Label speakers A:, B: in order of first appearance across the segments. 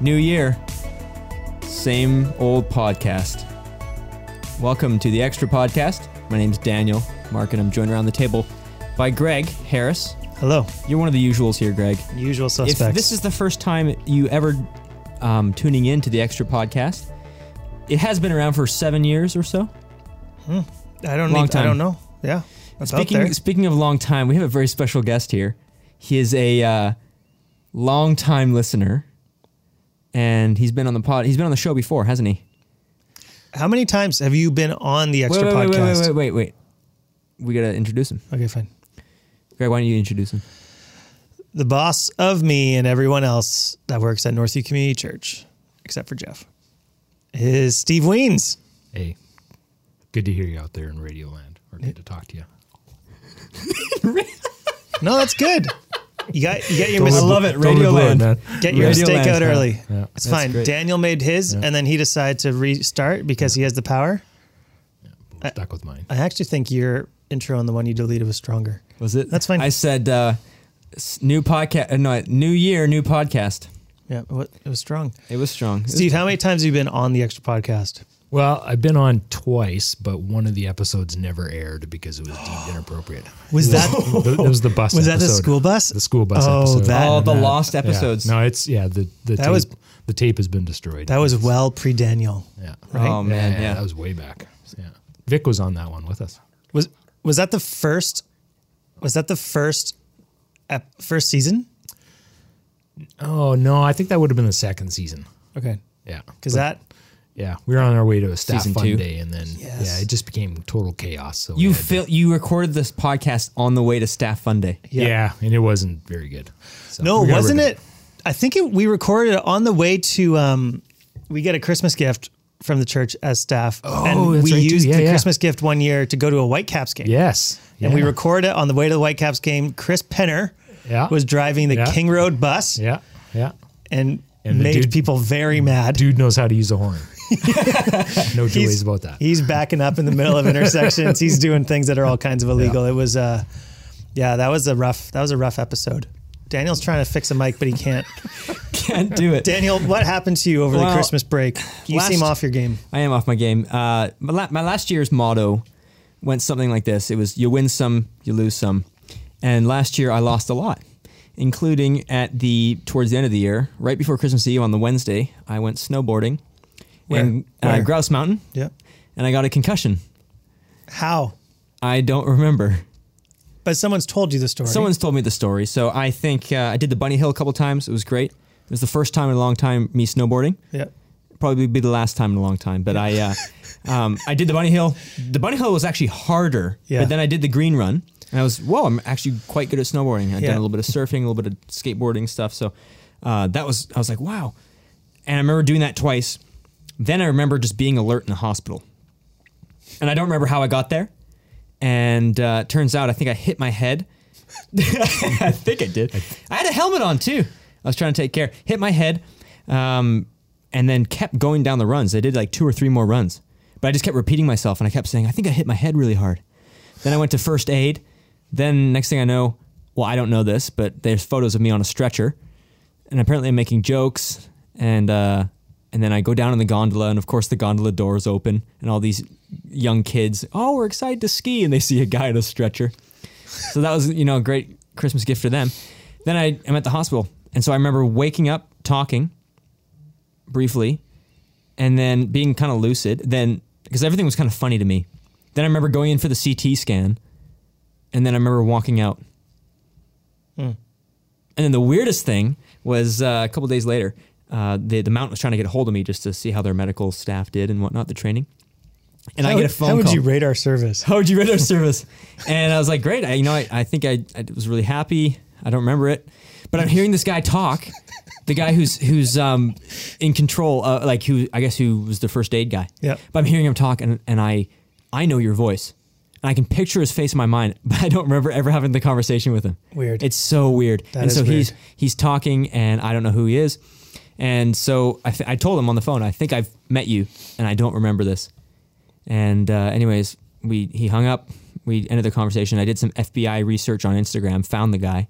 A: New year, same old podcast. Welcome to the Extra Podcast. My name's Daniel Mark, and I'm joined around the table by Greg Harris.
B: Hello,
A: You're one of the usuals here, Greg.
B: usual
A: If
B: suspects.
A: this is the first time you ever um, tuning in to the Extra Podcast, it has been around for seven years or so.
B: I don't
A: long
B: need- I
A: time.
B: don't know. Yeah, that's out there.
A: Speaking speaking of long time, we have a very special guest here. He is a uh, long time listener, and he's been on the pod. He's been on the show before, hasn't he?
B: How many times have you been on the
A: Wait,
B: extra
A: wait, wait, wait,
B: podcast?
A: wait, wait, wait, wait. We gotta introduce him.
B: Okay, fine.
A: Greg, why don't you introduce him?
B: The boss of me and everyone else that works at Northview Community Church, except for Jeff, is Steve Weens.
C: Hey, good to hear you out there in Radio Land, or good to talk to you.
B: No, that's good. You got you got your
A: I
B: mis-
A: love it, Radio Land.
B: Get
A: Radio
B: your mistake
A: Land's
B: out
A: fine.
B: early.
C: Yeah,
B: it's
C: that's
B: fine.
C: great.
B: Daniel made his, and then he decided to restart because he has the power.
C: I'm stuck with mine.
B: I actually think your intro and the one you deleted was stronger.
A: Was it?
B: That's fine.
A: I said uh, s- new podcast. Uh, no, new year, new podcast.
B: Yeah, it wa- it was strong.
A: It was strong. It was-
B: Steve, how many times have you been on the extra podcast?
C: Well, I've been on twice, but one of the episodes never aired because it was deemed inappropriate.
B: Was
C: It
B: that-
C: it was the bus?
B: was that the
C: episode.
B: school bus?
C: The school bus.
B: Oh,
C: episode.
B: that-
A: Oh, the
C: Yeah.
A: lost episodes.
C: No, it's yeah. The the
B: That
C: tape,
B: was-
C: the tape has been destroyed.
B: That was well pre Daniel.
C: yeah.
B: right?
A: Oh man, yeah.
C: that was way back. Yeah, Vic was on that one with us.
B: Was was that the first? Was that the first? Ep, first season?
C: Oh no, I think that would have been the second season.
B: Okay,
C: Yeah,
B: because that
C: yeah, we were on our way to a staff
A: Season
C: fun
A: two.
C: day, and then
B: Yes.
C: yeah, it just became total chaos. So we
A: you
C: had to-
A: fil- you recorded this podcast on the way to Staff Fun Day.
B: Yeah.
C: Yeah. and it wasn't very good. So
B: no,
C: we got rid
B: wasn't
C: of
B: it? I think it, we recorded it on the way to. Um, we get a Christmas gift from the church as staff, oh, and
C: that's
B: we
C: right, too.
B: used
C: Yeah,
B: the
C: yeah.
B: Christmas gift one year to go to a Whitecaps game.
C: Yes,
B: And we
C: Yeah.
B: record it on the way to the Whitecaps game. Chris Penner
C: Yeah.
B: was driving the
C: Yeah.
B: King Road bus
C: Yeah, yeah.
B: and,
C: And the
B: made
C: dude-
B: people very mad.
C: Dude knows how to use a horn. no two
B: He's-
C: ways about that.
B: He's backing up in the middle of intersections. he's doing things that are all kinds of illegal. It was uh yeah, that was a rough that was a rough episode. Daniel's trying to fix a mic, but he can't.
A: Can't do it.
B: Daniel, what happened to you over the
A: Well,
B: Christmas break? You
A: last-
B: seem off your game.
A: I am off my game. Uh, my, la- my last year's motto went something like this: It was "You win some, you lose some," and last year I lost a lot, including at the towards the end of the year, right before Christmas Eve on the Wednesday, I went snowboarding in
B: Where?
A: Uh, Grouse Mountain,
B: Yeah.
A: and I got a concussion.
B: How?
A: I don't remember.
B: But someone's told you the story.
A: Someone's told me the story, so I think uh, I did the bunny hill a couple times. It was great. It was the first time in a long time me snowboarding.
B: Yeah.
A: probably be the last time in a long time. But I, uh, um, I did the bunny hill. The bunny hill was actually harder.
B: Yeah.
A: But then I did the green run, and I was whoa! I'm actually quite good at snowboarding. I've
B: Yeah.
A: done a little bit of surfing, a little bit of skateboarding stuff. So uh, that was I was like wow, and I remember doing that twice. Then I remember just being alert in the hospital, and I don't remember how I got there. And uh, it turns out I think I hit my head. I think I did. I had a helmet on too. I was trying to take care. Hit my head, um, and then kept going down the runs. I did like two or three more runs, but I just kept repeating myself, and I kept saying, "I think I hit my head really hard." Then I went to first aid. Then next thing I know, well, I don't know this, but there's photos of me on a stretcher, and apparently I'm making jokes, and uh, and then I go down in the gondola, and of course the gondola door is open, and all these young kids, oh, we're excited to ski, and they see a guy on a stretcher. So that was, you know, a great Christmas gift for them. Then I am at the hospital. And so I remember waking up talking briefly and then being kind of lucid. Then, because everything was kind of funny to me. Then I remember going in for the CT scan. And then I remember walking out.
B: Hmm.
A: And then the weirdest thing was uh, a couple days later, uh, the, the mountain was trying to get a hold of me just to see how their medical staff did and whatnot, the training. And I
B: How
A: get a
B: would-
A: phone
B: How
A: call
B: would you rate our service?
A: how would you rate our service? And I was like, great. I, you know, I, I think I, I was really happy. I don't remember it, but I'm hearing this guy talk, the guy who's who's um, in control, uh, like who I guess who was the first aid guy.
B: Yep.
A: But I'm hearing him talk, and, and I I know your voice, and I can picture his face in my mind, but I don't remember ever having the conversation with him.
B: Weird.
A: It's so weird.
B: That
A: and
B: is
A: so he's
B: weird.
A: he's talking, and I don't know who he is. And so I, th- I told him on the phone, I think I've met you, and I don't remember this. And uh, anyways, we he hung up. We ended the conversation. I did some FBI research on Instagram, found the guy,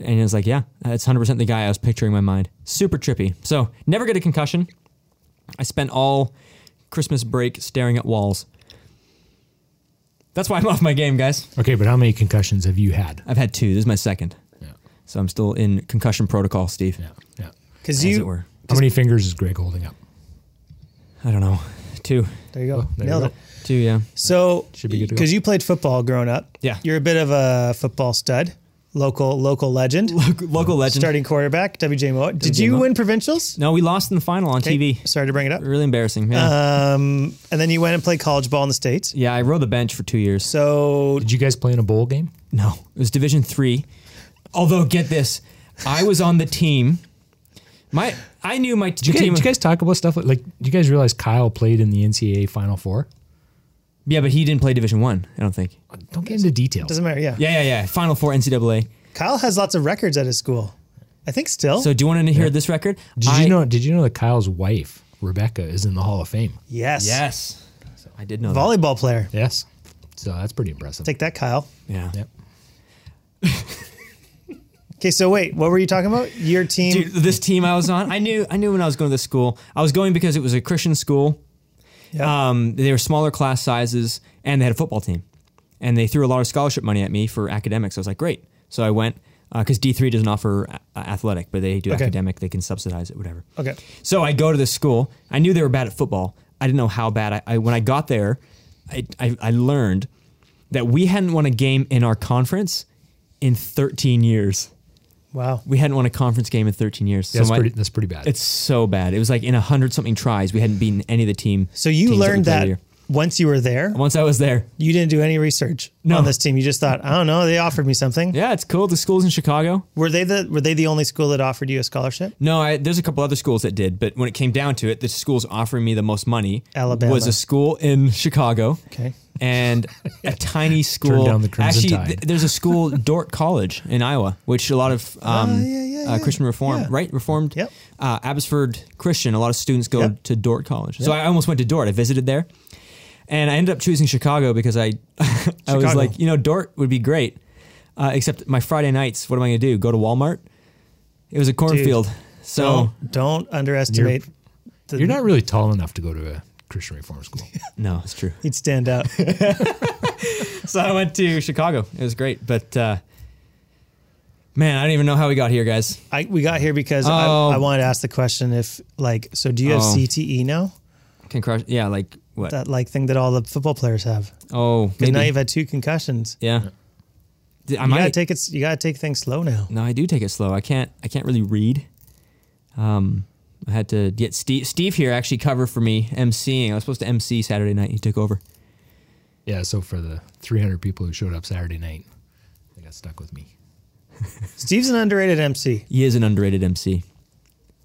A: and it was like, yeah, that's 100% the guy I was picturing in my mind. Super trippy. So, never get a concussion. I spent all Christmas break staring at walls. That's why I'm off my game, guys.
C: Okay, but how many concussions have you had?
A: I've had two. This is my second.
C: Yeah.
A: So, I'm still in concussion protocol, Steve.
C: Yeah. Yeah.
B: Because
A: As
B: you,
A: it were.
C: How many fingers is Greg holding up?
A: I don't know. Two.
B: there you go,
C: Oh, there you
B: nailed
C: go.
B: it.
A: Two, yeah.
B: So,
C: Should be good to go.
B: because you played football growing up,
A: Yeah.
B: you're a bit of a football stud, local local legend,
A: Local legend.
B: starting quarterback, WJ Mowat. Did
A: W.J.
B: you
A: Mowat.
B: win provincials?
A: No, we lost in the final on
B: Okay,
A: TV.
B: Sorry to bring it up.
A: Really embarrassing. Yeah.
C: Uh-huh.
B: Um, and then you went and played college ball in the states.
A: yeah, I rode the bench for two years.
B: So
C: Did you guys play in a bowl game?
A: No, it was Division Three. Although, get this, I was on the team. My, I knew my
C: Did you, guys,
A: team.
C: did you guys talk about stuff like, like? Do you guys realize Kyle played in the NCAA Final Four?
A: yeah, but he didn't play Division One. I don't think.
C: Don't get into details.
B: doesn't matter. Yeah.
A: Yeah, yeah, yeah. Final Four NCAA.
B: Kyle has lots of records at his school. I think still.
A: So, do you want to hear this record?
C: Did
A: I-
C: you know? Did you know that Kyle's wife Rebecca is in the Hall of Fame?
B: yes.
A: Yes, I did know. That.
B: Volleyball player.
C: Yes. So that's pretty impressive.
B: Take that, Kyle.
A: Yeah.
C: yep.
B: Okay, so wait, what were you talking about? Your team.
A: Dude, this team I was on, I knew, I knew when I was going to this school. I was going because it was a Christian school.
B: yeah.
A: Um, they were smaller class sizes, and they had a football team. And they threw a lot of scholarship money at me for academics. I was like, great. So I went because D three doesn't offer a- athletic, but they do
B: Okay.
A: academic. They can subsidize it, whatever.
B: okay.
A: So I go to this school. I knew they were bad at football. I didn't know how bad. I, I when I got there, I, I I learned that we hadn't won a game in our conference in 13 years.
B: Wow.
A: We hadn't won a conference game in 13 years.
C: That's
A: so my-
C: pretty. That's pretty bad.
A: it's so bad. It was like in a hundred something tries, we hadn't beaten any of the team.
B: So you
A: teams
B: learned
A: we played
B: that,
A: the year.
B: once you were there,
A: once I was there.
B: you didn't do any research
A: No.
B: on this team. You just thought, I don't know, they offered me something.
A: Yeah, it's cool. The schools in Chicago.
B: Were they the Were they the only school that offered you a scholarship?
A: No, I, there's a couple other schools that did, but when it came down to it, the schools offering me the most money
B: Alabama.
A: was a school in Chicago.
B: Okay.
A: And a tiny school.
C: down the Crimson
A: Actually,
C: Tide.
A: th- there's a school, Dort College in Iowa, which a lot of um,
B: Oh, yeah, yeah,
A: uh,
B: yeah,
A: Christian Reform,
B: yeah.
A: right? Reformed.
B: Yep.
A: Uh, Abbotsford Christian. A lot of students go
B: Yep.
A: to Dort College. So I almost went to Dort. I visited there, and I ended up choosing Chicago because I, I was
B: Chicago.
A: like, you know, Dort would be great, uh, except my Friday nights. What am I going to do? Go to Walmart? It was a cornfield. So
B: Don't, don't underestimate. the,
C: You're not really tall enough to go to a Christian Reform school.
A: no, it's true.
B: He'd stand out.
A: so I went to Chicago. It was great, but uh, man, I don't even know how we got here, guys.
B: I, we got here because
A: Oh.
B: I, I wanted to ask the question if like so do you have
A: Oh.
B: CTE now
A: Concussion, yeah, like what?
B: that like thing that all the football players have
A: oh,
B: because now
A: maybe,
B: you've had two concussions
A: yeah. D- I
B: you gotta
A: might.
B: take it s- you gotta take things slow now
A: no, I do take it slow. I can't. I can't really read. Um, I had to get Steve. Steve here actually cover for me emceeing. I was supposed to MC Saturday night. He took over.
C: Yeah. So for the 300 people who showed up Saturday night, they got stuck with me.
B: Steve's an underrated MC
A: He is an underrated MC.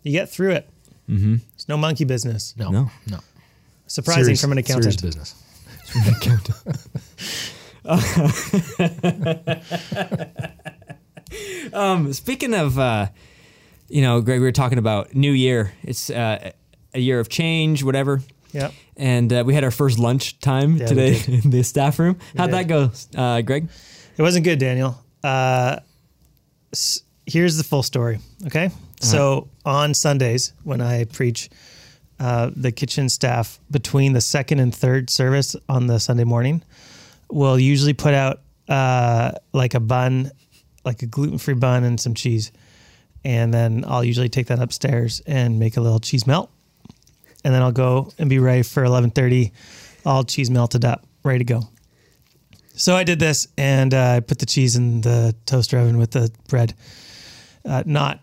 B: you get through it mm-hmm. it's no monkey business
C: No.
A: No.
C: No.
B: surprising
C: Serious-
B: from an
C: serious
B: accountant
C: business.
A: Um, speaking of, uh, you know, Greg, we were talking about New Year. It's uh, a year of change, whatever.
B: yeah
A: And uh, we had our first lunch time
B: Yeah, we
A: today in the staff room. How'd that
B: did.
A: go, uh, Greg?
B: It wasn't good, Daniel. Uh, s- here's the full story. Okay. So on Sundays, when I preach, uh, the kitchen staff between the second and third service on the Sunday morning will usually put out uh, like a bun, like a gluten free bun and some cheese. And then I'll usually take that upstairs and make a little cheese melt. And then I'll go and be ready for 11:30, all cheese melted up, ready to go. So I did this, and uh, I put the cheese in the toaster oven with the bread, uh, not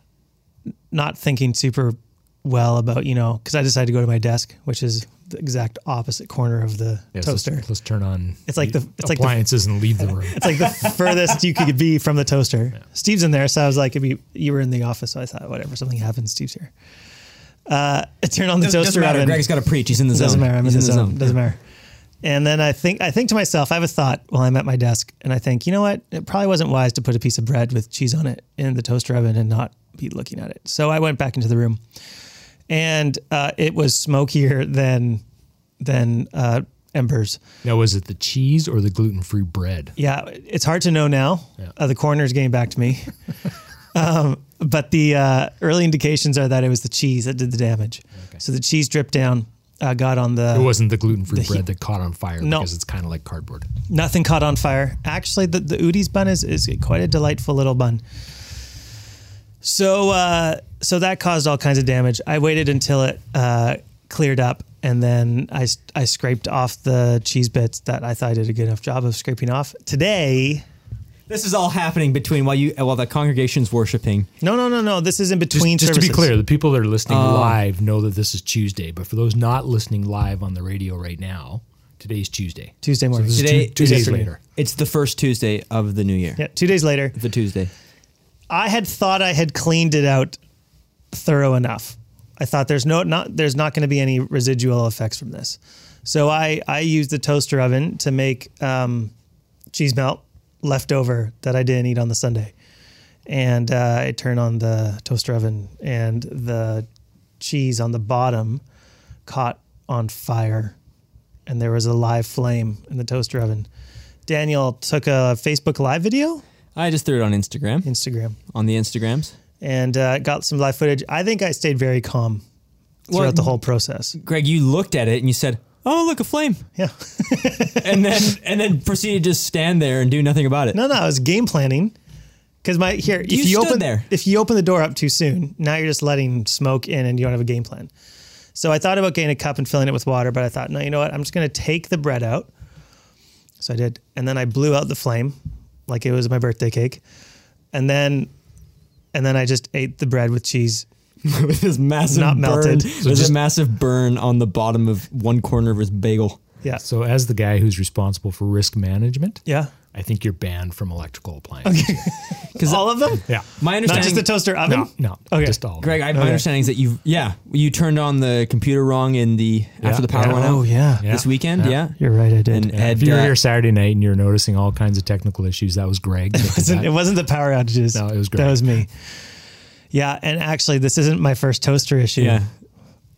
B: not thinking super well about you know because I decided to go to my desk, which is the exact opposite corner of the
C: Yes, let's-
B: toaster.
C: Let's, turn on.
B: It's like the- it's like the-
C: appliances and leave the room.
B: It's like the furthest you could be from the toaster. Steve's in there, so I was like, if you you were in the office, so I thought whatever, something happens, Steve's here. Uh, I turned on the toaster
A: matter.
B: oven.
A: Greg's got to preach. He's in the zone.
B: Doesn't matter. I'm
A: He's
B: in the zone. Doesn't matter. And then I think I think to myself, I have a thought while I'm at my desk, and I think, you know what? It probably wasn't wise to put a piece of bread with cheese on it in the toaster oven and not be looking at it. So I went back into the room, and uh, it was smokier than than uh, embers.
C: Now, was it the cheese or the gluten free bread?
B: Yeah, it's hard to know now. Uh, the coroner is getting back to me. um, but the uh, early indications are that it was the cheese that did the damage. So the cheese dripped down, uh, got on the.
C: It wasn't the gluten free bread that caught on fire
B: No.
C: because it's kind of like cardboard.
B: Nothing caught on fire. Actually, the, the Udi's bun is, is quite a delightful little bun. So uh, so that caused all kinds of damage. I waited until it uh, cleared up, and then I, s- I scraped off the cheese bits that I thought I did a good enough job of scraping off. Today,
A: This is all happening between while you uh, while the congregation's worshiping.
B: no, no, no, no. This is in
C: Just,
B: between.
C: just to be
B: services. Um,
C: clear, the people that are listening live know that this is Tuesday, but for those not listening live on the radio right now, today's Tuesday.
B: Tuesday morning.
C: this is
A: Today-
C: two, two days
A: yesterday.
C: later.
A: It's the first Tuesday of the new year.
B: Yeah, two days later,
A: The Tuesday.
B: I had thought I had cleaned it out thorough enough. I thought there's no not there's not going to be any residual effects from this. So I I used the toaster oven to make um, cheese melt leftover that I didn't eat on the Sunday, and uh, I turned on the toaster oven and the cheese on the bottom caught on fire, and there was a live flame in the toaster oven. Daniel took a Facebook live video,
A: I just threw it on Instagram.
B: Instagram
A: On the Instagrams.
B: and uh, got some live footage. I think I stayed very calm throughout
A: Well,
B: the whole process.
A: Greg, you looked at it and you said, "Oh, look, a flame,"
B: Yeah.
A: and then and then proceeded to just stand there and do nothing about it.
B: No, no, I was game planning because my here if
A: You
B: you
A: stood
B: open
A: there.
B: if you open the door up too soon, now you're just letting smoke in and you don't have a game plan. So I thought about getting a cup and filling it with water, but I thought, no, you know what? I'm just going to take the bread out. So I did, and then I blew out the flame like it was my birthday cake, and then and then I just ate the bread with cheese.
A: with this massive
B: Not
A: burn.
B: melted. So
A: There's
C: just-
A: a massive burn on the bottom of one corner of his bagel.
B: Yeah,
C: So, as the guy who's responsible for risk management,
B: yeah.
C: I think you're banned from electrical appliances.
B: Because all of them,
C: Yeah.
A: My
B: not just
A: understanding,
B: the toaster oven.
C: No, no.
B: Okay.
C: Just all. of
A: Greg,
C: them.
A: I, my understanding is that you, yeah, you turned on the computer wrong in the after the power
C: yeah.
A: went out.
B: Oh yeah.
A: this
C: Yeah.
A: weekend. Yeah,
B: You're right. I
A: and
B: did.
A: Ed,
C: if you were
A: uh,
C: here Saturday night and you're noticing all kinds of technical issues, that was Greg. that did
B: Wasn't-
C: that.
B: it wasn't the power outages.
C: No, it was
B: That
C: great.
B: was me. Yeah, and actually, this isn't my first toaster issue.
A: yeah,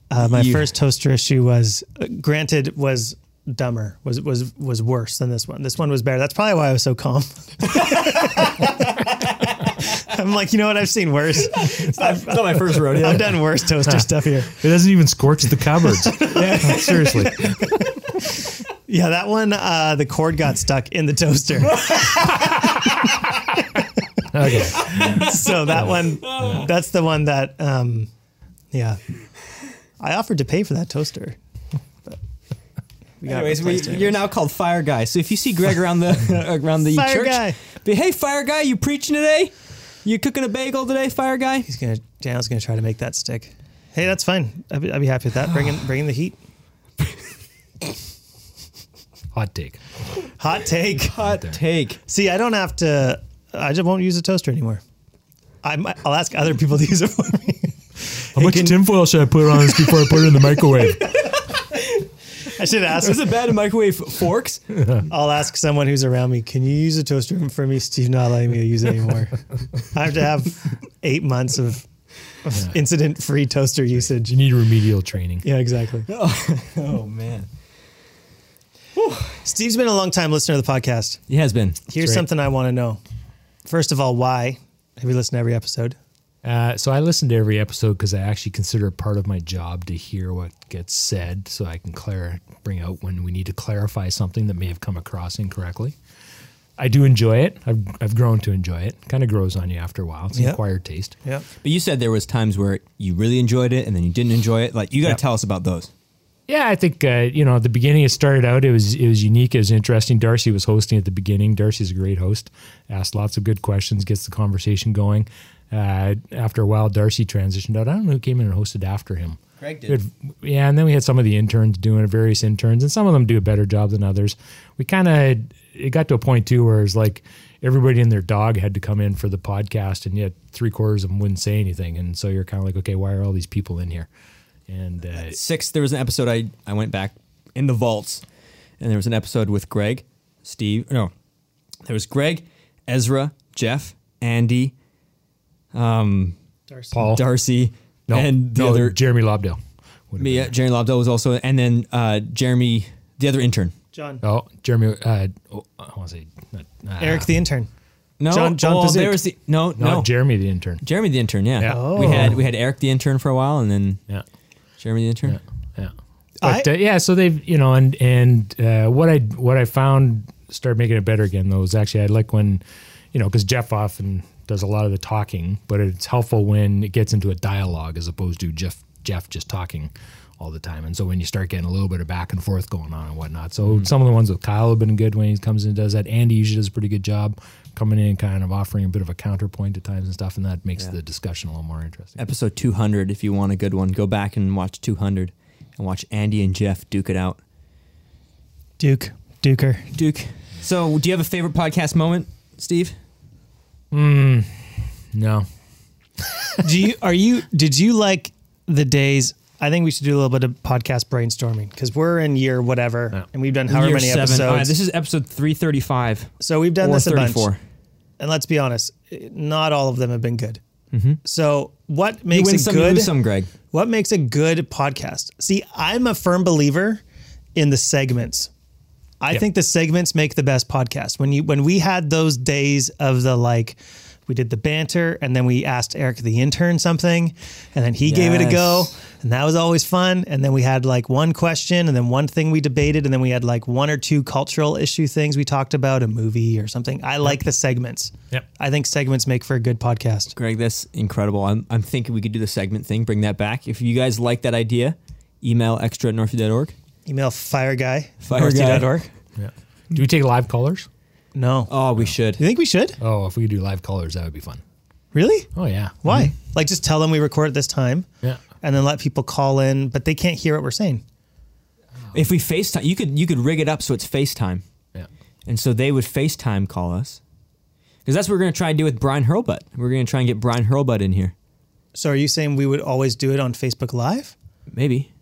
B: Uh, my
A: You-
B: first toaster issue was, uh, granted, was dumber, was was was worse than this one. This one was better. That's probably why I was so calm. I'm like, you know what? I've seen worse.
A: it's not my first rodeo.
B: I've done worse toaster stuff here.
C: It doesn't even scorch the cupboards. Seriously.
B: Yeah, that one, uh, the cord got stuck in the toaster.
C: Okay.
B: so that one,
A: Oh.
B: that's the one that, um, yeah. I offered to pay for that toaster. But we got
A: Anyways, we,
B: replaced anyway.
A: you're now called Fire Guy. So if you see Greg around the uh, around the
B: Fire
A: church,
B: Guy.
A: be hey Fire Guy, you preaching today? You cooking a bagel today, Fire Guy?
B: He's gonna Daniel's gonna try to make that stick. Hey, that's fine. I'd be, I'd be happy with that. Bring in, bring in the heat.
C: Hot take.
B: Hot take.
A: Hot take.
B: See, I don't have to. I just won't use a toaster anymore. I might, I'll ask other people to use it for me.
C: How much tinfoil should I put on this before I put it in the microwave?
B: I should ask.
A: Is it bad in microwave forks?
B: I'll ask someone who's around me. Can you use a toaster for me? Steve not letting me use it anymore. I have to have eight months of, of incident-free toaster usage.
C: You need remedial training.
B: Yeah, exactly.
A: Oh man,
B: Steve's been a long time listener of the podcast.
A: he has been.
B: Here's
C: right.
B: something I want to know. First of all, why have you listened to every episode?
C: Uh, so I listen to every episode because I actually consider it part of my job to hear what gets said so I can clar- bring out when we need to clarify something that may have come across incorrectly. I do enjoy it. I've, I've grown to enjoy it. Kind of grows on you after a while. It's an
B: Yeah.
C: acquired taste.
B: Yeah.
A: But you said there was times where you really enjoyed it and then you didn't enjoy it. Like you got to
C: Yep.
A: tell us about those.
C: Yeah, I think uh, you know at the beginning it started out it was it was unique, it was interesting. Darcy was hosting at the beginning. Darcy's a great host, asks lots of good questions, gets the conversation going. Uh, after a while, Darcy transitioned out. I don't know who came in and hosted after him.
A: Greg did.
C: We had- yeah, and then we had some of the interns doing it, various interns, and some of them do a better job than others. We kind of it got to a point too where it was like everybody and their dog had to come in for the podcast, and yet three quarters of them wouldn't say anything, and so you're kind of like, okay, why are all these people in here? And uh,
A: Six. There was an episode I I went back in the vaults, and there was an episode with Greg, Steve. No, there was Greg, Ezra, Jeff, Andy,
C: Paul,
A: Darcy,
C: Oh. No,
A: and the
C: no,
A: other
C: Jeremy Lobdell. would have
A: me,
C: been
A: uh, Jeremy Lobdell was also, and then uh, Jeremy The other intern.
B: John.
C: Oh, Jeremy. Uh, oh, I want to say not, uh,
B: Eric the intern.
A: No,
B: John- John
A: oh, there
B: Pazik.
A: was the no,
C: Not
A: no.
C: Jeremy, the intern.
A: Jeremy the intern. Yeah.
C: Yeah.
A: We
B: Oh.
A: had we had Eric the intern for a while, and then
C: Yeah.
A: Jeremy the intern.
C: Yeah.
B: I-
C: But uh, yeah, so they've you know, and and uh, what I what I found started making it better again though is actually I like when you know because Jeff often does a lot of the talking, but it's helpful when it gets into a dialogue as opposed to Jeff Jeff just talking all the time. And so when you start getting a little bit of back and forth going on and whatnot, so some of the ones with Kyle have been good when he comes in and does that. Andy usually does a pretty good job coming in and kind of offering a bit of a counterpoint at times and stuff, and that makes the discussion a little more interesting.
A: Episode 200. If you want a good one, go back and watch 200, and watch Andy and Jeff duke it out.
B: Duke. Duker.
A: Duke. So, do you have a favorite podcast moment, Steve?
C: No,
B: do you are you did you like the days I think we should do a little bit of podcast brainstorming because we're in year whatever
C: Yeah.
B: and we've done however
A: Year
B: many
A: seven.
B: episodes.
A: All right, this is episode 335
B: so we've done
A: or
B: this a bunch.
A: 34.
B: And let's be honest, not all of them have been good. So what
A: Mm-hmm. You
B: makes
A: win
B: a
A: some, you
B: good
A: lose some, Greg.
B: what makes a good podcast? See, I'm a firm believer in the segments. I think the segments make the best podcast. When you when we had those days of the like we did the banter and then we asked Eric the intern something and then he gave it a go
A: Yes.
B: and that was always fun and then we had like one question and then one thing we debated and then we had like one or two cultural issue things we talked about a movie or something. I like the segments.
C: Yep.
B: I think segments make for a good podcast.
A: Greg, that's incredible. I'm, I'm thinking we could do the segment thing, bring that back. If you guys like that idea, email extra at northview.org.
B: Email fire guy
A: Fire guy.
C: yeah. Do we take live callers?
B: No.
A: Oh, we
B: You
A: should.
B: think we should?
C: Oh, if we could do live callers, that would be fun.
B: Really?
C: Oh yeah. Mm-hmm.
B: Why? Like just tell them we record at this time
C: Yeah.
B: and then let people call in, but they can't hear what we're saying.
A: If we FaceTime, you could you could rig it up so it's FaceTime.
C: Yeah.
A: And so they would FaceTime call us. Because that's what we're going to try and do with Brian Hurlbut. We're going to try and get Brian Hurlbut in here.
B: So are you saying we would always do it on Facebook Live
A: Maybe.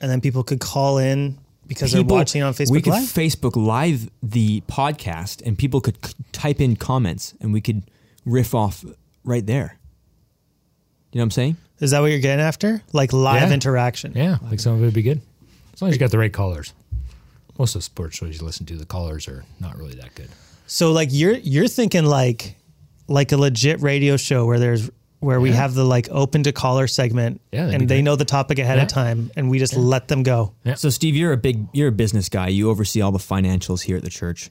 B: and then people could call in because
A: People-
B: they're watching on
A: We
B: Facebook
A: could
B: Live?
A: Facebook Live the podcast and people could c- type in comments and we could riff off right there. You know what I'm saying?
B: Is that what you're getting after? Like live
C: Yeah.
B: interaction.
C: Yeah. Like some of it would be good. As long as you got the right callers. Most of the sports shows you listen to, the callers are not really that good.
B: So like you're you're thinking like like a legit radio show where there's where we have the like open to caller segment
C: Yeah, that'd be
B: and they
C: great.
B: know the topic ahead
C: Yeah.
B: of time and we just let them go.
C: Yeah.
A: So Steve, you're a big you're a business guy. You oversee all the financials here at the church.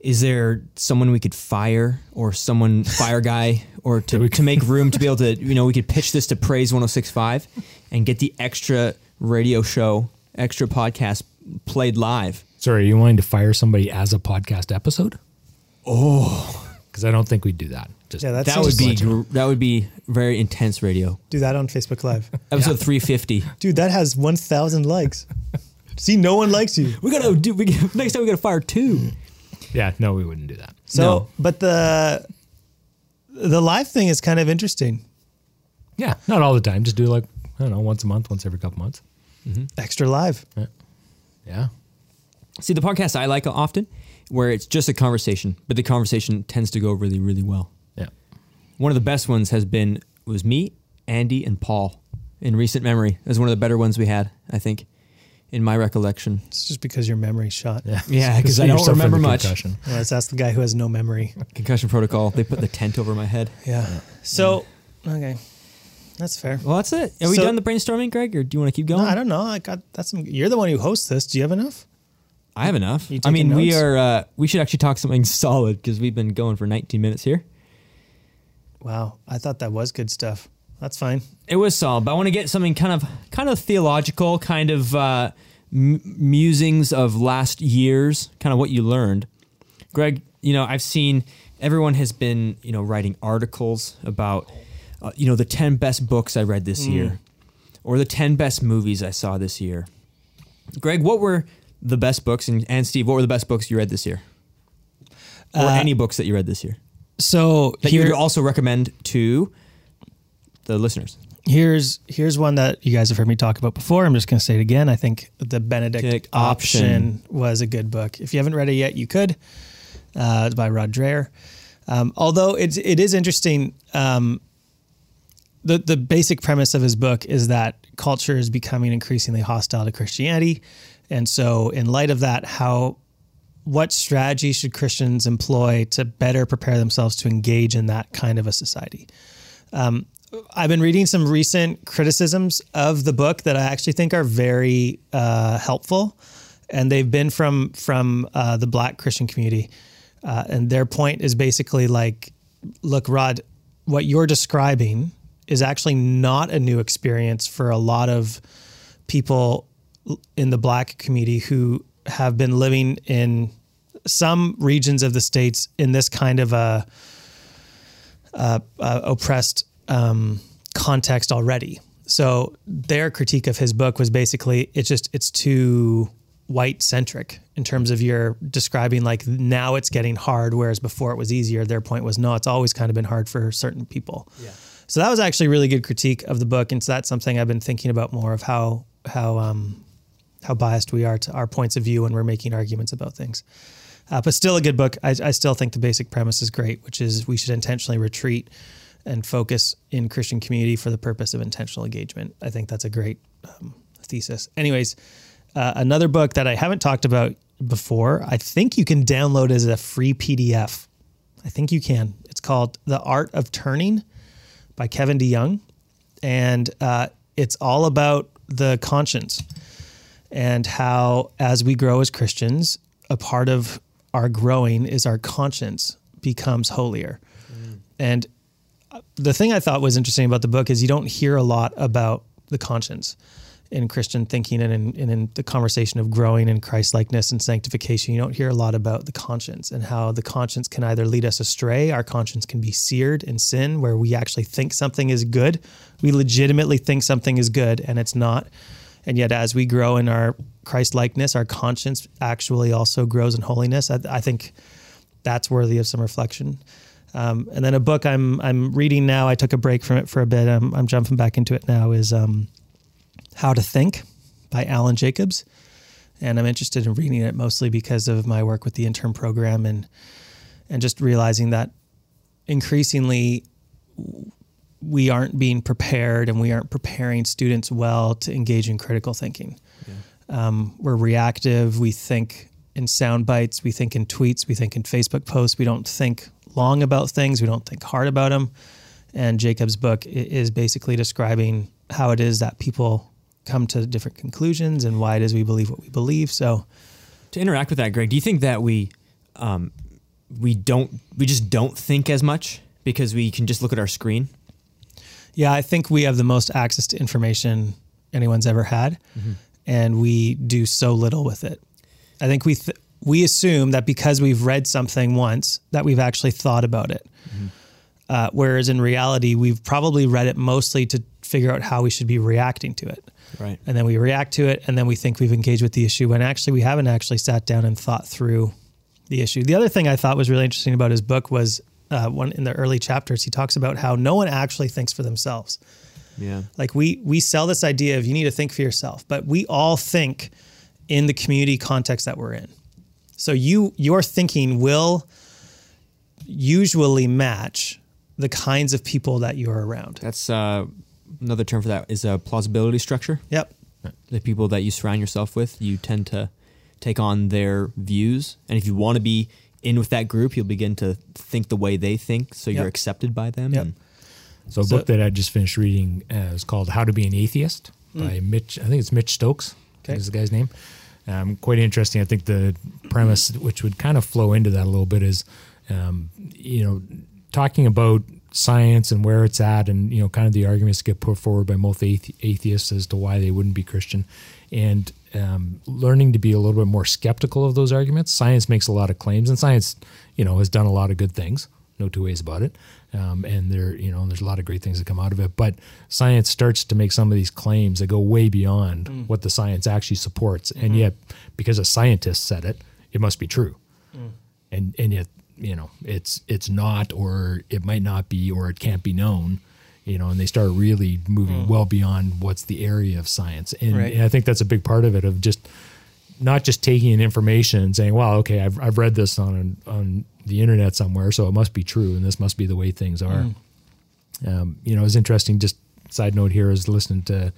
A: Is there someone we could fire or someone fire guy or to, to make room to be able to you know we could pitch this to Praise 1065 and get the extra radio show, extra podcast played live.
C: Sorry, are you wanting to fire somebody as a podcast episode? Oh.
A: Oh.
C: Because I don't think we'd do that. Just
B: Yeah, that's-
A: that would
B: sounds
A: be gr- that would be very intense radio.
B: Do that on Facebook Live.
A: Episode 350.
B: Dude, that has 1000 likes. See, no one likes you.
A: We gotta do we, next time we gotta fire two.
C: yeah, no, we wouldn't do that.
B: So,
A: No.
B: but the the live thing is kind of interesting.
C: Yeah, not all the time. Just do like I don't know, once a month, once every couple months.
B: Extra live.
C: Yeah.
A: See the podcast I like often where it's just a conversation, but the conversation tends to go really really well.
C: Yeah.
A: One of the best ones has been was me, Andy, and Paul in recent memory. It was one of the better ones we had, I think, in my recollection.
B: It's just because your memory's shot.
C: Yeah.
A: Yeah, 'cause I
C: You're
A: don't
C: suffering
A: remember
C: the
A: much.
C: concussion.
B: Well, let's ask the guy who has no memory.
A: Concussion protocol. They put the tent over my head.
B: Yeah. So, okay. That's fair.
A: Well, that's it. Are we
B: So-
A: done the brainstorming, Greg, or do you want to keep going?
B: No, I don't know. I got that's some You're the one who hosts this. Do you have enough?
A: I have enough.
B: You
A: I mean,
B: taking
A: we
B: notes?
A: are. Uh, we should actually talk something solid because we've been going for 19 minutes here.
B: Wow. I thought that was good stuff. That's fine.
A: It was solid, but I want to get something kind of kind of theological, kind of uh, m- musings of last years, kind of what you learned. Greg, you know, I've seen everyone has been you know writing articles about uh, you know the 10 best books I read this year, or the 10 best movies I saw this year. Greg, what were the best books, and, and Steve, what were the best books you read this year, or
B: Uh,
A: any books that you read this year
B: So,
A: that you would also recommend to the listeners?
B: Here's here's one that you guys have heard me talk about before. I'm just going to say it again. I think the Benedict
A: Benedict
B: Option was a good book. If you haven't read it yet, you could. Uh, it's by Rod Dreher. Um, although it's it is interesting. Um, the the basic premise of his book is that culture is becoming increasingly hostile to Christianity, And so, in light of that, how what strategy should Christians employ to better prepare themselves to engage in that kind of a society? Um, I've been reading some recent criticisms of the book that I actually think are very uh, helpful, and they've been from from uh, the Black Christian community, uh, and their point is basically like, look, Rod, what you're describing is actually not a new experience for a lot of people in the black community who have been living in some regions of the states in this kind of a, a, a uh, oppressed um, context already. So their critique of his book was basically it's just it's too white centric in terms of your describing like now it's getting hard whereas before it was easier. Their point was no, it's always kind of been hard for certain people. Yeah. So that was actually a really good critique of the book, and so that's something I've been thinking about more of how how um, how biased we are to our points of view when we're making arguments about things. Uh, but still a good book. I, I still think the basic premise is great, which is we should intentionally retreat and focus in Christian community for the purpose of intentional engagement. I think that's a great um, thesis. Anyways, uh, another book that I haven't talked about before, I think you can download as a free PDF. I think you can. It's called The Art of Turning by Kevin DeYoung. And uh, it's all about the conscience and how, as we grow as Christians, a part of our growing is our conscience becomes holier. And uh, the thing I thought was interesting about the book is you don't hear a lot about the conscience in Christian thinking and in, and in the conversation of growing in Christ likeness and sanctification. You don't hear a lot about the conscience and how the conscience can either lead us astray, our conscience can be seared in sin, where we actually think something is good. We legitimately think something is good and it's not. And yet, as we grow in our Christ likeness, our conscience actually also grows in holiness. I, I think that's worthy of some reflection. Um, and then a book I'm I'm reading now. I took a break from it for a bit. I'm, I'm jumping back into it now. Is um, How to Think by Alan Jacobs, and I'm interested in reading it mostly because of my work with the intern program and and just realizing that increasingly we aren't being prepared and we aren't preparing students well to engage in critical thinking. Um, we're reactive. We think in sound bites. We think in tweets. We think in Facebook posts. We don't think long about things. We don't think hard about them. And Jacob's book i- is basically describing how it is that people come to different conclusions and why it is we believe what we believe. So
A: to interact with that, Greg, do you think that we um, we don't we just don't think as much because we can just look at our screen?
B: Yeah, I think we have the most access to information anyone's ever had, and we do so little with it. I think we th- we assume that because we've read something once, that we've actually thought about it. Uh, whereas in reality, we've probably read it mostly to figure out how we should be reacting to it,
A: Right.
B: and then we react to it, and then we think we've engaged with the issue when actually we haven't actually sat down and thought through the issue. The other thing I thought was really interesting about his book was uh, one in the early chapters he talks about how no one actually thinks for themselves
A: Yeah.
B: like we we sell this idea of you need to think for yourself but we all think in the community context that we're in so you your thinking will usually match the kinds of people that you're around
A: That's uh, another term for that is a plausibility structure.
B: yep
A: The people that you surround yourself with, you tend to take on their views, and if you want to be in with that group, you'll begin to think the way they think, so
B: Yep.
A: you're accepted by them.
B: Yep.
A: and-
C: So a
B: So-
C: book that I just finished reading uh, is called How to Be an Atheist by Mitch. I think it's Mitch Stokes.
B: Hmm. Okay.
C: Is the guy's name? Um, quite interesting. I think the premise, which would kind of flow into that a little bit, is um, you know talking about science and where it's at, and you know kind of the arguments that get put forward by most athe- atheists as to why they wouldn't be Christian, and um, learning to be a little bit more skeptical of those arguments. Science makes a lot of claims, and science, you know, has done a lot of good things no two ways about it. Um, and there, you know, there's a lot of great things that come out of it. But science starts to make some of these claims that go way beyond what the science actually supports, and yet because a scientist said it, it must be true. And and yet, you know, it's it's not, or it might not be, or it can't be known. You know, and they start really moving well beyond what's the area of science, and,
B: Right.
C: and I think that's a big part of it. Of just not just taking in information and saying, "Wow, okay, I've, I've read this on on the internet somewhere, so it must be true, and this must be the way things are." Um, you know, it's interesting. Just side note here is listening to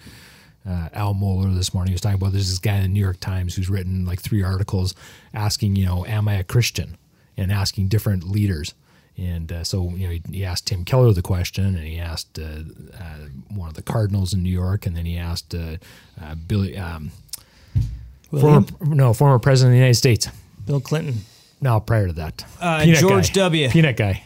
C: uh, Al Mohler this morning. He was talking about there's this guy in the New York Times who's written like three articles asking, you know, am I a Christian? And asking different leaders. And uh, so, you know, he, he asked Tim Keller the question, and he asked uh, uh, one of the Cardinals in New York, and then he asked uh, uh, Billy, um, former,
B: William?
C: no, former president of the United States.
B: Bill Clinton.
C: No, prior to that,
A: Uh, George
C: guy.
A: W.
C: Peanut guy,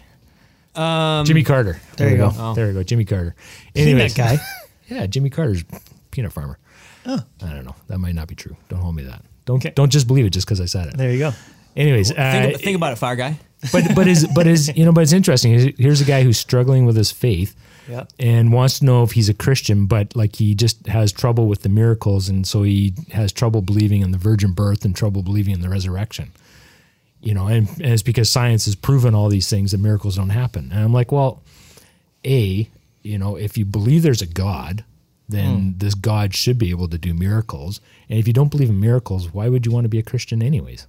C: um, Jimmy Carter. There,
B: you
C: we
B: go.
A: Oh.
C: There we go, Jimmy Carter.
B: Anyway,
C: Anyways,
B: that guy.
C: yeah, Jimmy Carter's peanut farmer. I don't know. That might not be true. Don't hold me to that. Don't
B: Okay.
C: don't just believe it just because I said it.
B: There you go.
C: Anyways, uh,
A: Think, think about it, fire guy.
C: but but is but is you know but it's interesting. Here's a guy who's struggling with his faith,
B: Yeah.
C: and wants to know if he's a Christian, but like he just has trouble with the miracles, and so he has trouble believing in the virgin birth and trouble believing in the resurrection. You know, and, and it's because science has proven all these things that miracles don't happen. And I'm like, well, a you know if you believe there's a God. Then this God should be able to do miracles, and if you don't believe in miracles, why would you want to be a Christian, anyways?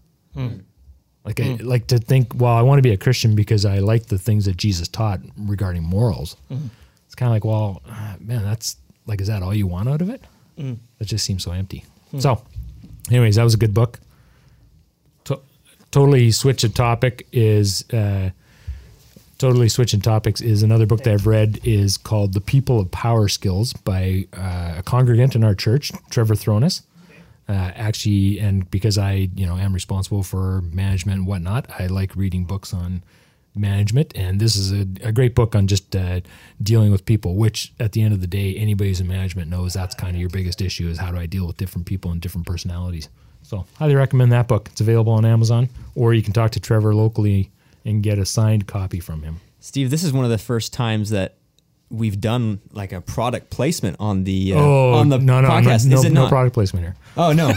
C: Like I like to think, well, I want to be a Christian because I like the things that Jesus taught regarding morals. It's kind of like, well, uh, man, that's like, is that all you want out of it? It just seems so empty. So, anyways, that was a good book. To- totally switch a topic is uh, totally switching topics is another book that I've read is called The People of Power Skills by uh, a congregant in our church, Trevor Thronis. Uh, actually, and because I you know am responsible for management and whatnot, I like reading books on management, and this is a, a great book on just uh, dealing with people. Which at the end of the day, anybody who's in management knows that's kind of your biggest issue is how do I deal with different people and different personalities. So highly recommend that book. It's available on Amazon, or you can talk to Trevor locally and get a signed copy from him.
A: Steve, this is one of the first times that we've done like a product placement on the uh,
C: Oh,
A: on the
C: no, no, I'm
A: podcast.
C: Not, no,
A: is it
C: no
A: not?
C: product placement here.
A: Oh no,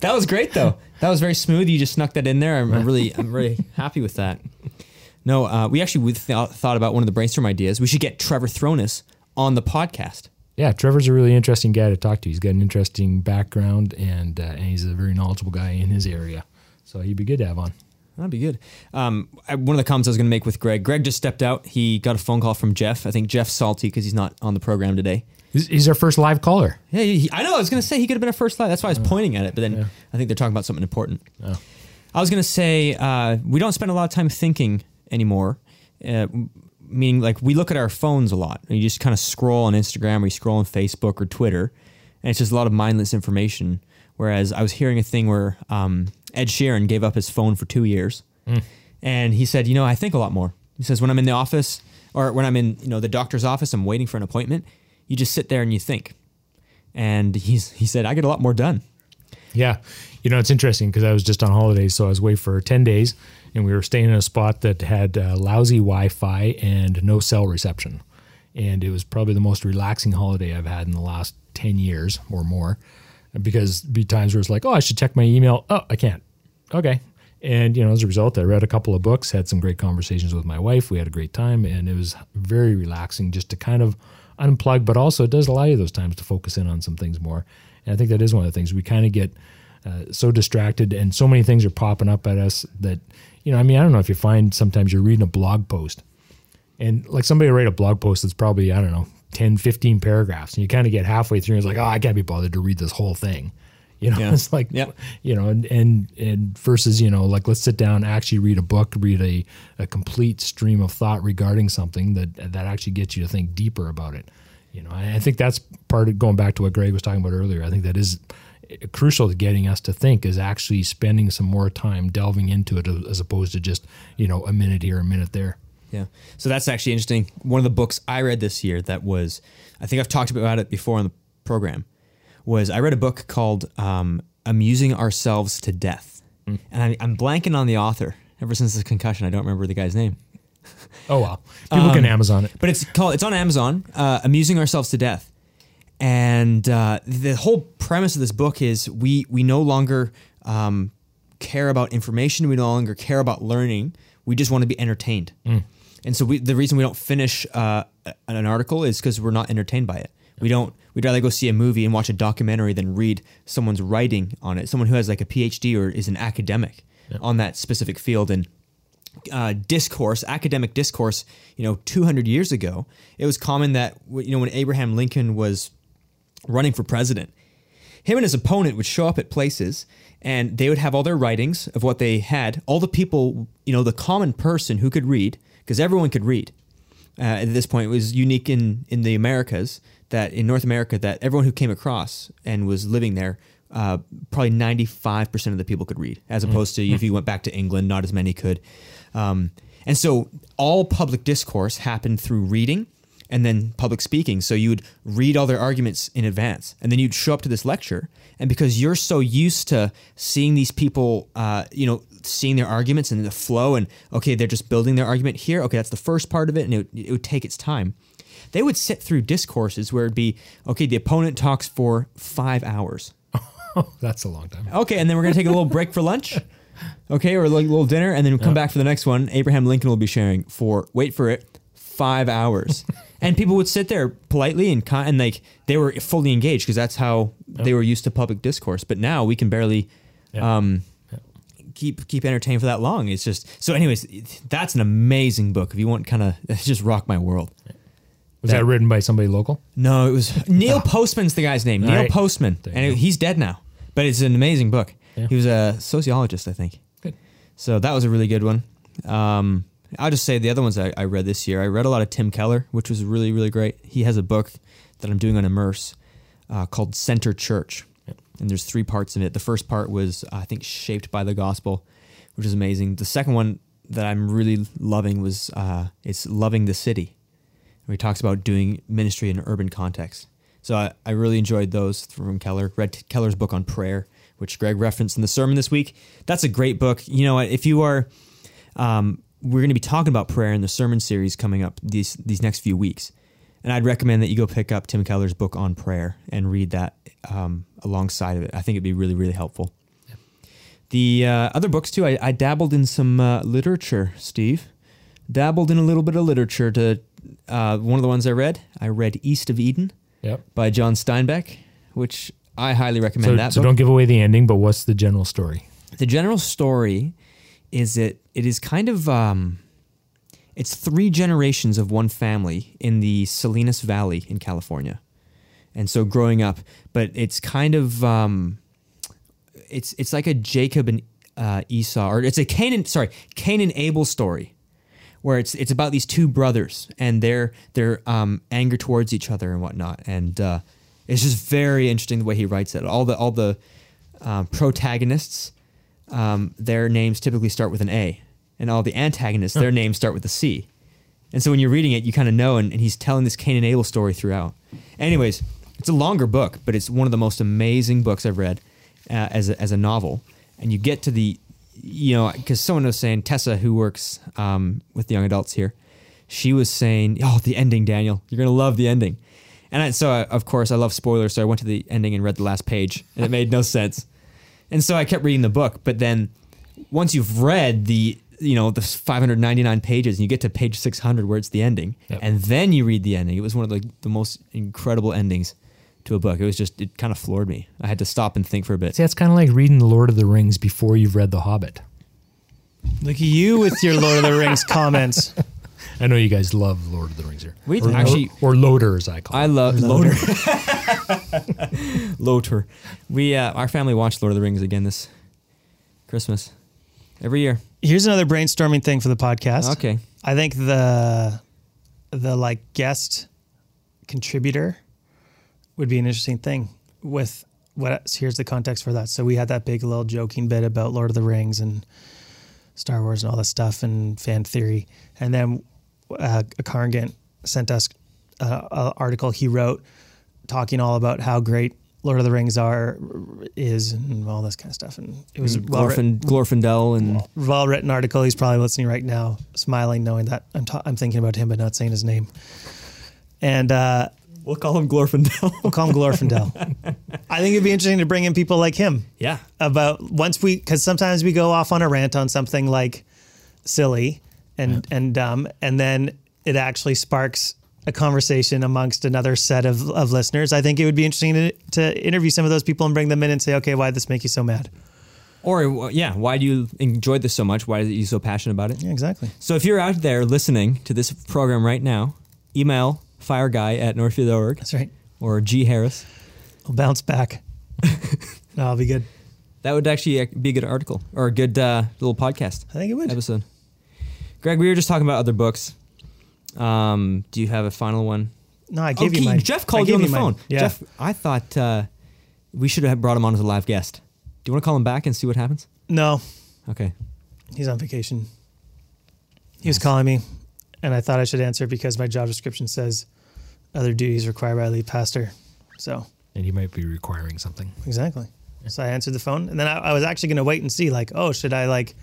A: that was great though. That was very smooth. You just snuck that in there. I'm, I'm really, I'm really happy with that. No, uh, we actually we th- thought about one of the brainstorm ideas. We should get Trevor Thronis on the podcast.
C: yeah, Trevor's a really interesting guy to talk to. He's got an interesting background, and uh, and he's a very knowledgeable guy in his area. So he'd be good to have on.
A: That'd be good. Um, I, one of the comments I was going to make with Greg. Greg just stepped out. He got a phone call from Jeff. I think Jeff's salty because he's not on the program today.
C: He's, he's our first live caller.
A: Yeah, he, he- I know. I was going to say he could have been a first slide. That's why I was pointing at it. But then I think they're talking about something important. I was going to say uh, we don't spend a lot of time thinking anymore. Uh, m- meaning, like we look at our phones a lot. And you just kind of scroll on Instagram or you scroll on Facebook or Twitter, and it's just a lot of mindless information. Whereas I was hearing a thing where um, Ed Sheeran gave up his phone for two years, and he said, "You know, I think a lot more." He says, "When I'm in the office or when I'm in, you know, the doctor's office, I'm waiting for an appointment. You just sit there and you think." and he's he said I get a lot more done.
C: Yeah, you know it's interesting because I was just on holidays, so I was away for ten days, and we were staying in a spot that had uh, lousy Wi-Fi and no cell reception, and it was probably the most relaxing holiday I've had in the last ten years or more, because there'd be times where it's like, oh, I should check my email. Oh, I can't. Okay. And you know, as a result, I read a couple of books, had some great conversations with my wife. We had a great time, and it was very relaxing just to kind of unplug. But also, it does allow you those times to focus in on some things more. And I think that is one of the things we kind of get uh, so distracted, and so many things are popping up at us that you know. I mean, I don't know if you find sometimes you're reading a blog post, and like somebody will write a blog post that's probably i don't know 10 15 paragraphs and you kind of get halfway through and it's like oh i can't be bothered to read this whole thing you know
A: Yeah.
C: it's like
A: Yep.
C: you know and, and and versus you know like let's sit down actually read a book read a, a complete stream of thought regarding something that that actually gets you to think deeper about it you know and i think that's part of going back to what greg was talking about earlier i think that is eh, crucial to getting us to think is actually spending some more time delving into it as opposed to just you know a minute here a minute there
A: Yeah. So that's actually interesting. One of the books I read this year that was I think I've talked about it before on the program was I read a book called um, Amusing Ourselves to Death, and I, I'm blanking on the author. Ever since the concussion, I don't remember the guy's name.
C: Oh well, people can Amazon it.
A: But it's called it's on Amazon. Uh, Amusing ourselves to death, and uh, the whole premise of this book is we we no longer um, care about information. We no longer care about learning. We just want to be entertained. And so we, the reason we don't finish uh, a- an article is because we're not entertained by it. We don't. We'd rather go see a movie and watch a documentary than read someone's writing on it. Someone who has like a PhD or is an academic on that specific field and uh, discourse, academic discourse, you know, 200 years ago, it was common that, w- you know, when Abraham Lincoln was running for president. Him and his opponent would show up at places and they would have all their writings of what they had, all the people, you know, the common person who could read, because everyone could read. Uh, at this point, it was unique in, in the Americas that in North America that everyone who came across and was living there, uh, probably 95% of the people could read, as opposed to if you went back to England, not as many could. Um, and so all public discourse happened through reading and then public speaking. So you would read all their arguments in advance, and then you'd show up to this lecture. And because you're so used to seeing these people, uh, you know, seeing their arguments and the flow, and okay, they're just building their argument here. Okay, that's the first part of it, and it, would- it would take its time. They would sit through discourses where it'd be okay, the opponent talks for five hours.
C: That's a long time.
A: Okay, and then we're gonna take a little break for lunch. Okay, or like a little dinner, and then we'll come back for the next one. Abraham Lincoln will be sharing for wait for it five hours, and people would sit there politely and con- and like they were fully engaged because that's how they were used to public discourse. But now we can barely
C: Yeah.
A: um, keep keep entertained for that long. It's just so. Anyways, that's an amazing book. If you want, kind of just rock my world.
C: Was that, written by somebody local?
A: No, it was Neil Postman's the guy's name. Neil
C: right.
A: Postman,
C: There you
A: and it- he's dead now. But it's an amazing book.
C: Yeah.
A: He was a sociologist, I think.
C: Good.
A: So that was a really good one. Um, I'll just say the other ones I, I read this year. I read a lot of Tim Keller, which was really really great. He has a book that I'm doing on Immerse uh, called Center Church, and there's three parts in it. The first part was I think shaped by the gospel, which is amazing. The second one that I'm really loving was uh, it's loving the city where he talks about doing ministry in an urban context. So I, I really enjoyed those from Keller. Read Keller's book on prayer, which Greg referenced in the sermon this week. That's a great book. You know, what, if you are, um, we're going to be talking about prayer in the sermon series coming up these these next few weeks, and I'd recommend that you go pick up Tim Keller's book on prayer and read that um, alongside of it. I think it'd be really really helpful. The uh, other books too. I, I dabbled in some uh, literature, Steve. Dabbled in a little bit of literature. To uh, one of the ones I read, I read East of Eden
C: Yep.
A: by John Steinbeck, which I highly recommend.
C: So,
A: that
C: so
A: book.
C: don't give away the ending, but what's the general story?
A: the general story is that it is kind of um, it's three generations of one family in the Salinas Valley in California, and so growing up, but it's kind of um, it's it's like a Jacob and uh, Esau, or it's a Cain and sorry Cain and Abel story, where it's it's about these two brothers and their their um, anger towards each other and whatnot, and uh, it's just very interesting the way he writes it. All the all the um, protagonists, um, their names typically start with an A, and all the antagonists, their names start with a C. And so when you're reading it, you kind of know, and, and he's telling this Cain and Abel story throughout. Anyways, it's a longer book, but it's one of the most amazing books I've read uh, as, a, as a novel. And you get to the, you know, because someone was saying, Tessa, who works um, with the young adults here, she was saying, Oh, the ending, Daniel. You're going to love the ending. And I, so, I, of course, I love spoilers, so I went to the ending and read the last page, and it made no sense. And so I kept reading the book, but then once you've read the you know the 599 pages and you get to page 600 where it's the ending
C: Yep.
A: and then you read the ending it was one of the, the most incredible endings to a book it was just it kind of floored me i had to stop and think for a bit
C: See, that's kind of like reading The Lord of the Rings before you've read The Hobbit.
B: Look at you with your Lord of the Rings comments.
C: I know you guys love Lord of the Rings here.
A: We
C: or,
A: actually-
C: or, or Loader, as I call
A: i
C: it.
A: love loader loader we uh, our family watched lord of the rings again this christmas every year
B: Here's another brainstorming thing for the podcast.
A: okay
B: I think the the like guest contributor would be an interesting thing with what here's the context for that. So we had that big little joking bit about Lord of the Rings and Star Wars and all that stuff and fan theory. And then uh, a congregant sent us an article he wrote talking all about how great Lord of the Rings are is and all this kind of stuff. And it was well written
A: Glorfin, glorfindel and
B: well written article. He's probably listening right now, smiling, knowing that I'm, ta- I'm thinking about him, but not saying his name. And uh,
A: we'll call him glorfindel
B: we'll call him Glorfindel. I think it'd be interesting to bring in people like him
A: yeah
B: about once we, because sometimes we go off on a rant on something like silly and, and dumb, and then it actually sparks a conversation amongst another set of, of listeners. I think it would be interesting to, to interview some of those people and bring them in and say, okay, why'd this make you so mad?
A: or uh, yeah why do you enjoy this so much why are you so passionate about it
B: Yeah, exactly.
A: So if you're out there listening to this program right now, email fireguy at northfield.org
B: That's right.
A: or gharris
B: It'll bounce back. no, I'll be good.
A: That would actually uh, be a good article or a good uh, little podcast
B: I think it would.
A: episode. Greg, we were just talking about other books. Um, do you have a final one?
B: No, I gave
A: Okay,
B: you mine.
A: Oh, Jeff
B: I
A: called you
B: gave
A: on the
B: mine.
A: phone.
B: Yeah.
A: Jeff, I thought uh, we should have brought him on as a live guest. Do you want to call him back and see what happens?
B: No,
A: Okay.
B: he's on vacation. He was calling me, and I thought I should answer because my job description says other duties required by lead pastor. So
C: and you might be requiring something.
B: exactly. So I answered the phone, and then I, I was actually going to wait and see, like, oh, should I like,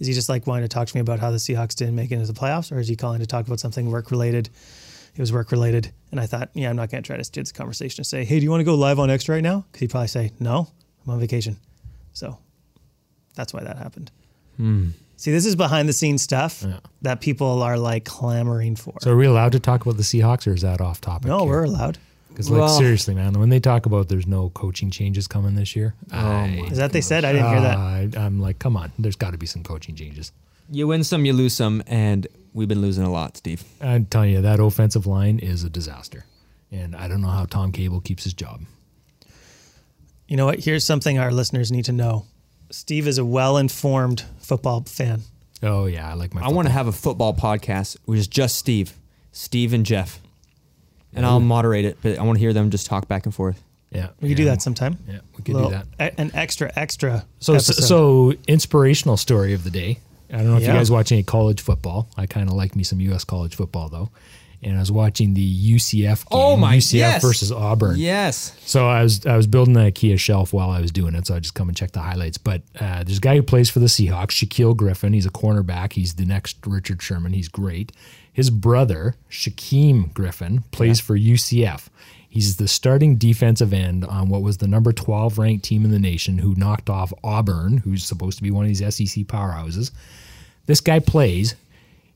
B: is he just like wanting to talk to me about how the Seahawks didn't make it into the playoffs, or is he calling to talk about something work related? It was work related, and I thought, yeah, I'm not going to try to steer this conversation and say, hey, do you want to go live on X right now? Because he'd probably say, no, I'm on vacation. So that's why that happened. See, this is behind the scenes stuff
C: Hmm. Yeah.
B: that people are like clamoring for.
C: So, are we allowed to talk about the Seahawks, or is that off topic?
B: no, we're allowed.
C: because like
A: Well-
C: seriously, man, when they talk about there's no coaching changes coming this year, I,
B: Oh, Is that they said? I didn't hear that.
C: I, am like, come on, there's got to be some coaching changes.
A: You win some, you lose some, and we've been losing a lot, Steve.
C: I'm telling you, that offensive line is a disaster, and I don't know how Tom Cable keeps his job.
B: You know what? Here's something our listeners need to know. Steve is a well-informed football fan.
C: Oh yeah, I like my.
A: I want to have a football podcast which is just Steve, Steve and Jeff, and I'll moderate it. But I want to hear them just talk back and forth.
C: Yeah,
B: We could do
C: yeah.
B: that sometime.
C: Yeah, we could
B: Little-
C: do that.
B: a- an extra, extra.
C: So, so,
B: episode.
C: so inspirational story of the day. I don't know if
B: Yeah.
C: you guys watch any college football. I kind of like me some U.S. college football though, and I was watching the UCF game.
A: Oh my-
C: UCF
A: yes.
C: versus Auburn.
A: Yes.
C: So I was I was building an IKEA shelf while I was doing it, so I just come and check the highlights. But uh, there's a guy who plays for the Seahawks, Shaquille Griffin. He's a cornerback. He's the next Richard Sherman. He's great. His brother Shaquem Griffin plays for UCF. He's the starting defensive end on what was the number 12 ranked team in the nation, who knocked off Auburn, who's supposed to be one of these SEC powerhouses. This guy plays.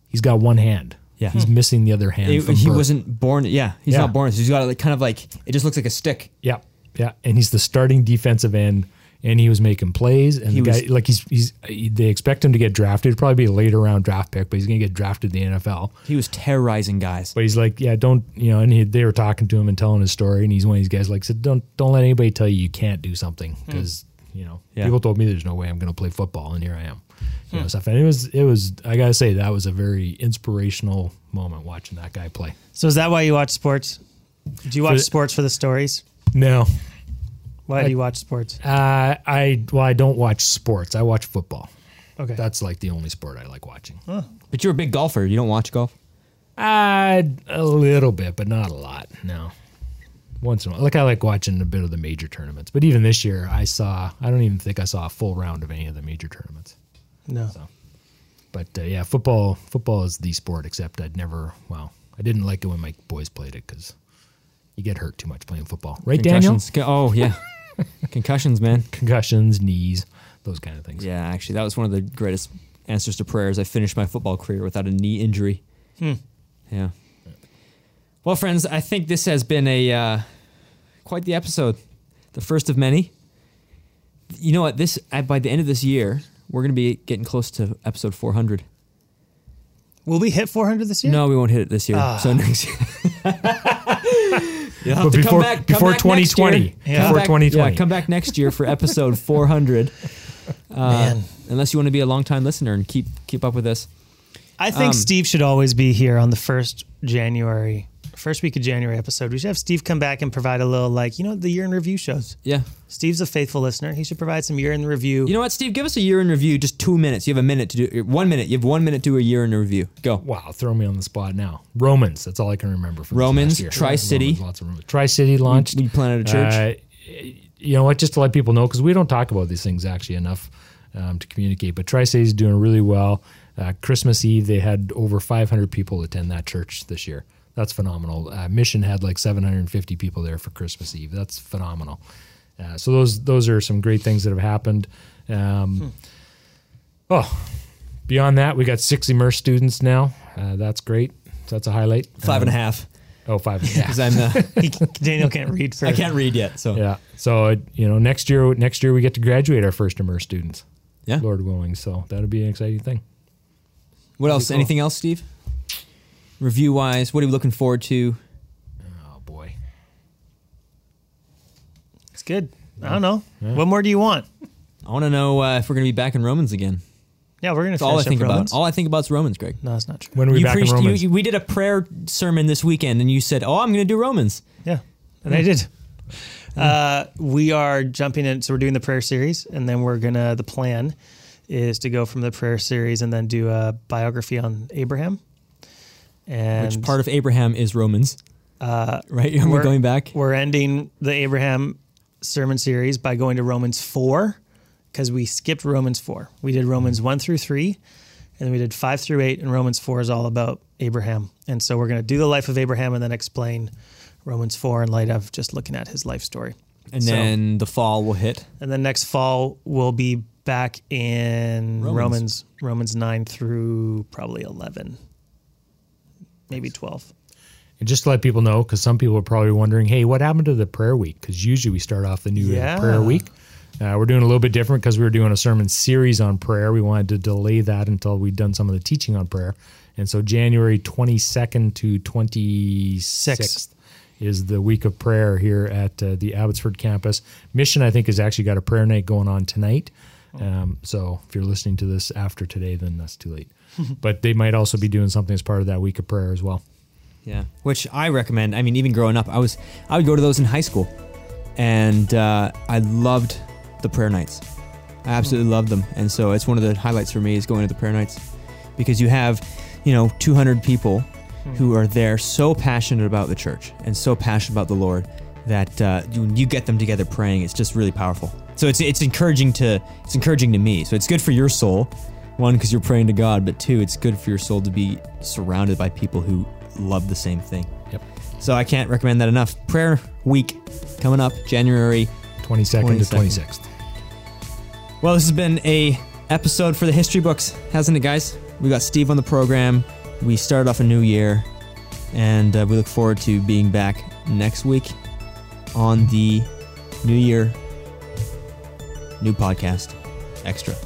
C: He's got one hand.
A: Yeah. Hmm.
C: he's missing the other hand.
A: He,
C: from
A: he
C: birth.
A: wasn't born. Yeah, he's
C: Yeah.
A: not born. He's got like kind of like it just looks like a stick.
C: Yeah, yeah, and he's the starting defensive end, and he was making plays. And the guy,
A: was-
C: like he's he's they expect him to get drafted. It'd probably be a later round draft pick, but he's going to get drafted in the NFL.
A: He was terrorizing guys.
C: But he's like, yeah, don't you know? And he, they were talking to him and telling his story, and he's one of these guys like said, don't don't let anybody tell you you can't do something because you know
A: Hmm. Yeah. Hmm.
C: people told me there's no way I'm going to play football, and here I am. You know, stuff. And it was it was I gotta say that was a very inspirational moment watching that guy play.
B: So is that why you watch sports? Do you watch
C: the-
B: sports for the stories?
C: No,
B: Why do you watch sports?
C: uh, I well I don't watch sports. I watch football.
B: Okay.
C: That's like the only sport I like watching.
A: But you're a big golfer. You don't watch golf.
C: Uh, a little bit, but not a lot. No. Once in a while. Like I like watching a bit of the major tournaments. But even this year I saw I don't even think I saw a full round of any of the major tournaments.
B: no.
C: But uh, yeah, football football is the sport except I'd never well, I didn't like it when my boys played it cuz you get hurt too much playing football. Right, Daniel?
A: Concussions. Co- Oh yeah, concussions, man.
C: Concussions, knees, those kind of things.
A: Yeah, actually, that was one of the greatest answers to prayers. I finished my football career without a knee injury.
B: Hmm.
A: Yeah. Well, friends, I think this has been a uh, quite the episode, the first of many. You know what? This I, by the end of this year, we're going to be getting close to episode 400.
B: Will we hit 400 this year?
A: No, we won't hit it this year.
B: Ah.
A: So next year. You'll have
C: But
A: to
C: before-
A: come back, come
C: before
A: back next
C: 2020.
A: year.
B: Yeah.
A: Come
B: Before
A: back-
C: 2020.
A: yeah, come back next year for episode 400. Uh,
B: Man.
A: Unless you want to be a long time listener and keep keep up with us.
B: I think
A: Um,
B: Steve should always be here on the first January, first week of January episode. We should have Steve come back and provide a little like, you know, the year in review shows.
A: Yeah.
B: Steve's a faithful listener. He should provide some year in review.
A: You know what, Steve? Give us a year in review. Just two minutes. You have a minute to do. One minute. You have one minute to do a year in review. Go.
C: Wow, throw me on the spot now. Romans, that's all I can remember from this
A: Romans,
C: last year.
A: Tri-City.
C: Romans, lots of Romans. Tri City launched.
A: We planted a church.
C: Uh, you know what? Just to let people know, because we don't talk about these things actually enough um, to communicate. But Tri City's doing really well. Uh, Christmas Eve, they had over 500 people attend that church this year. That's phenomenal. Uh, Mission had like 750 people there for Christmas Eve. That's phenomenal. Uh, so those those are some great things that have happened. Um, Oh, beyond that, we got six immersed students now. Uh, that's great. That's a highlight.
A: Five and a half.
C: Oh, five. Yeah.
A: Because I'm. Uh,
B: He- Daniel can't read for
A: I can't read yet. So.
C: Yeah. So uh, you know, next year, next year we get to graduate our first immersed students.
A: Yeah.
C: Lord willing. So that'll be an exciting thing.
A: What else?
B: cool.
A: Anything else, Steve? Review wise, what are we looking forward to?
C: Oh boy.
B: It's good. I don't know. What more do you want?
A: I want to know uh, if we're going to be back in Romans again.
B: Yeah, we're gonna
A: That's all I
B: finish
A: think
B: up Romans.
A: about. All I think about is Romans, Greg.
B: no, that's not true.
C: When are we
A: you
C: back
A: preached.
C: in
A: you-
C: Romans?
A: you- we did a prayer sermon this weekend, and you said, "Oh, I'm going to do Romans."
B: Yeah, and I did. Uh, we are jumping in, so we're doing the prayer series, and then we're gonna. The plan is to go from the prayer series and then do a biography on Abraham. And
A: Which part of Abraham is Romans? Uh, right, and we're going back.
B: We're ending the Abraham sermon series by going to Romans four because we skipped Romans four. We did Romans one through three, and then we did five through eight, and Romans four is all about Abraham. And so we're going to do the life of Abraham and then explain Romans four in light of just looking at his life story.
A: And
B: So-
A: then the fall will hit.
B: and then next fall we'll be back in
A: Romans.
B: Romans Romans, 9 through probably 11 maybe 12
C: And just to let people know, because some people are probably wondering, hey, what happened to the prayer week? Because usually we start off the new uh,
B: Yeah.
C: prayer week. Uh, we're doing a little bit different because we were doing a sermon series on prayer. We wanted to delay that until we'd done some of the teaching on prayer. And so January 22nd to 26th is the week of prayer here at uh, the Abbotsford campus. Mission, I think, has actually got a prayer night going on tonight. Um, so if you're listening to this after today, then that's too late. but they might also be doing something as part of that week of prayer as well.
A: Yeah, which I recommend. I mean, even growing up, I was I would go to those in high school, and uh, I loved the prayer nights. I absolutely loved them, and so it's one of the highlights for me is going to the prayer nights because you have, you know, 200 people who are there so passionate about the church and so passionate about the Lord that uh, when you get them together praying, it's just really powerful. So it's it's encouraging to it's encouraging to me. So it's good for your soul, one because you're praying to God, but two, it's good for your soul to be surrounded by people who love the same thing.
C: Yep.
A: So I can't recommend that enough. Prayer week coming up January
C: 22nd, to
A: 22nd.
C: 26th.
A: Well, this has been a episode for the history books, hasn't it, guys? We got Steve on the program. We started off a new year, and uh, we look forward to being back next week on the new year, new podcast, extra.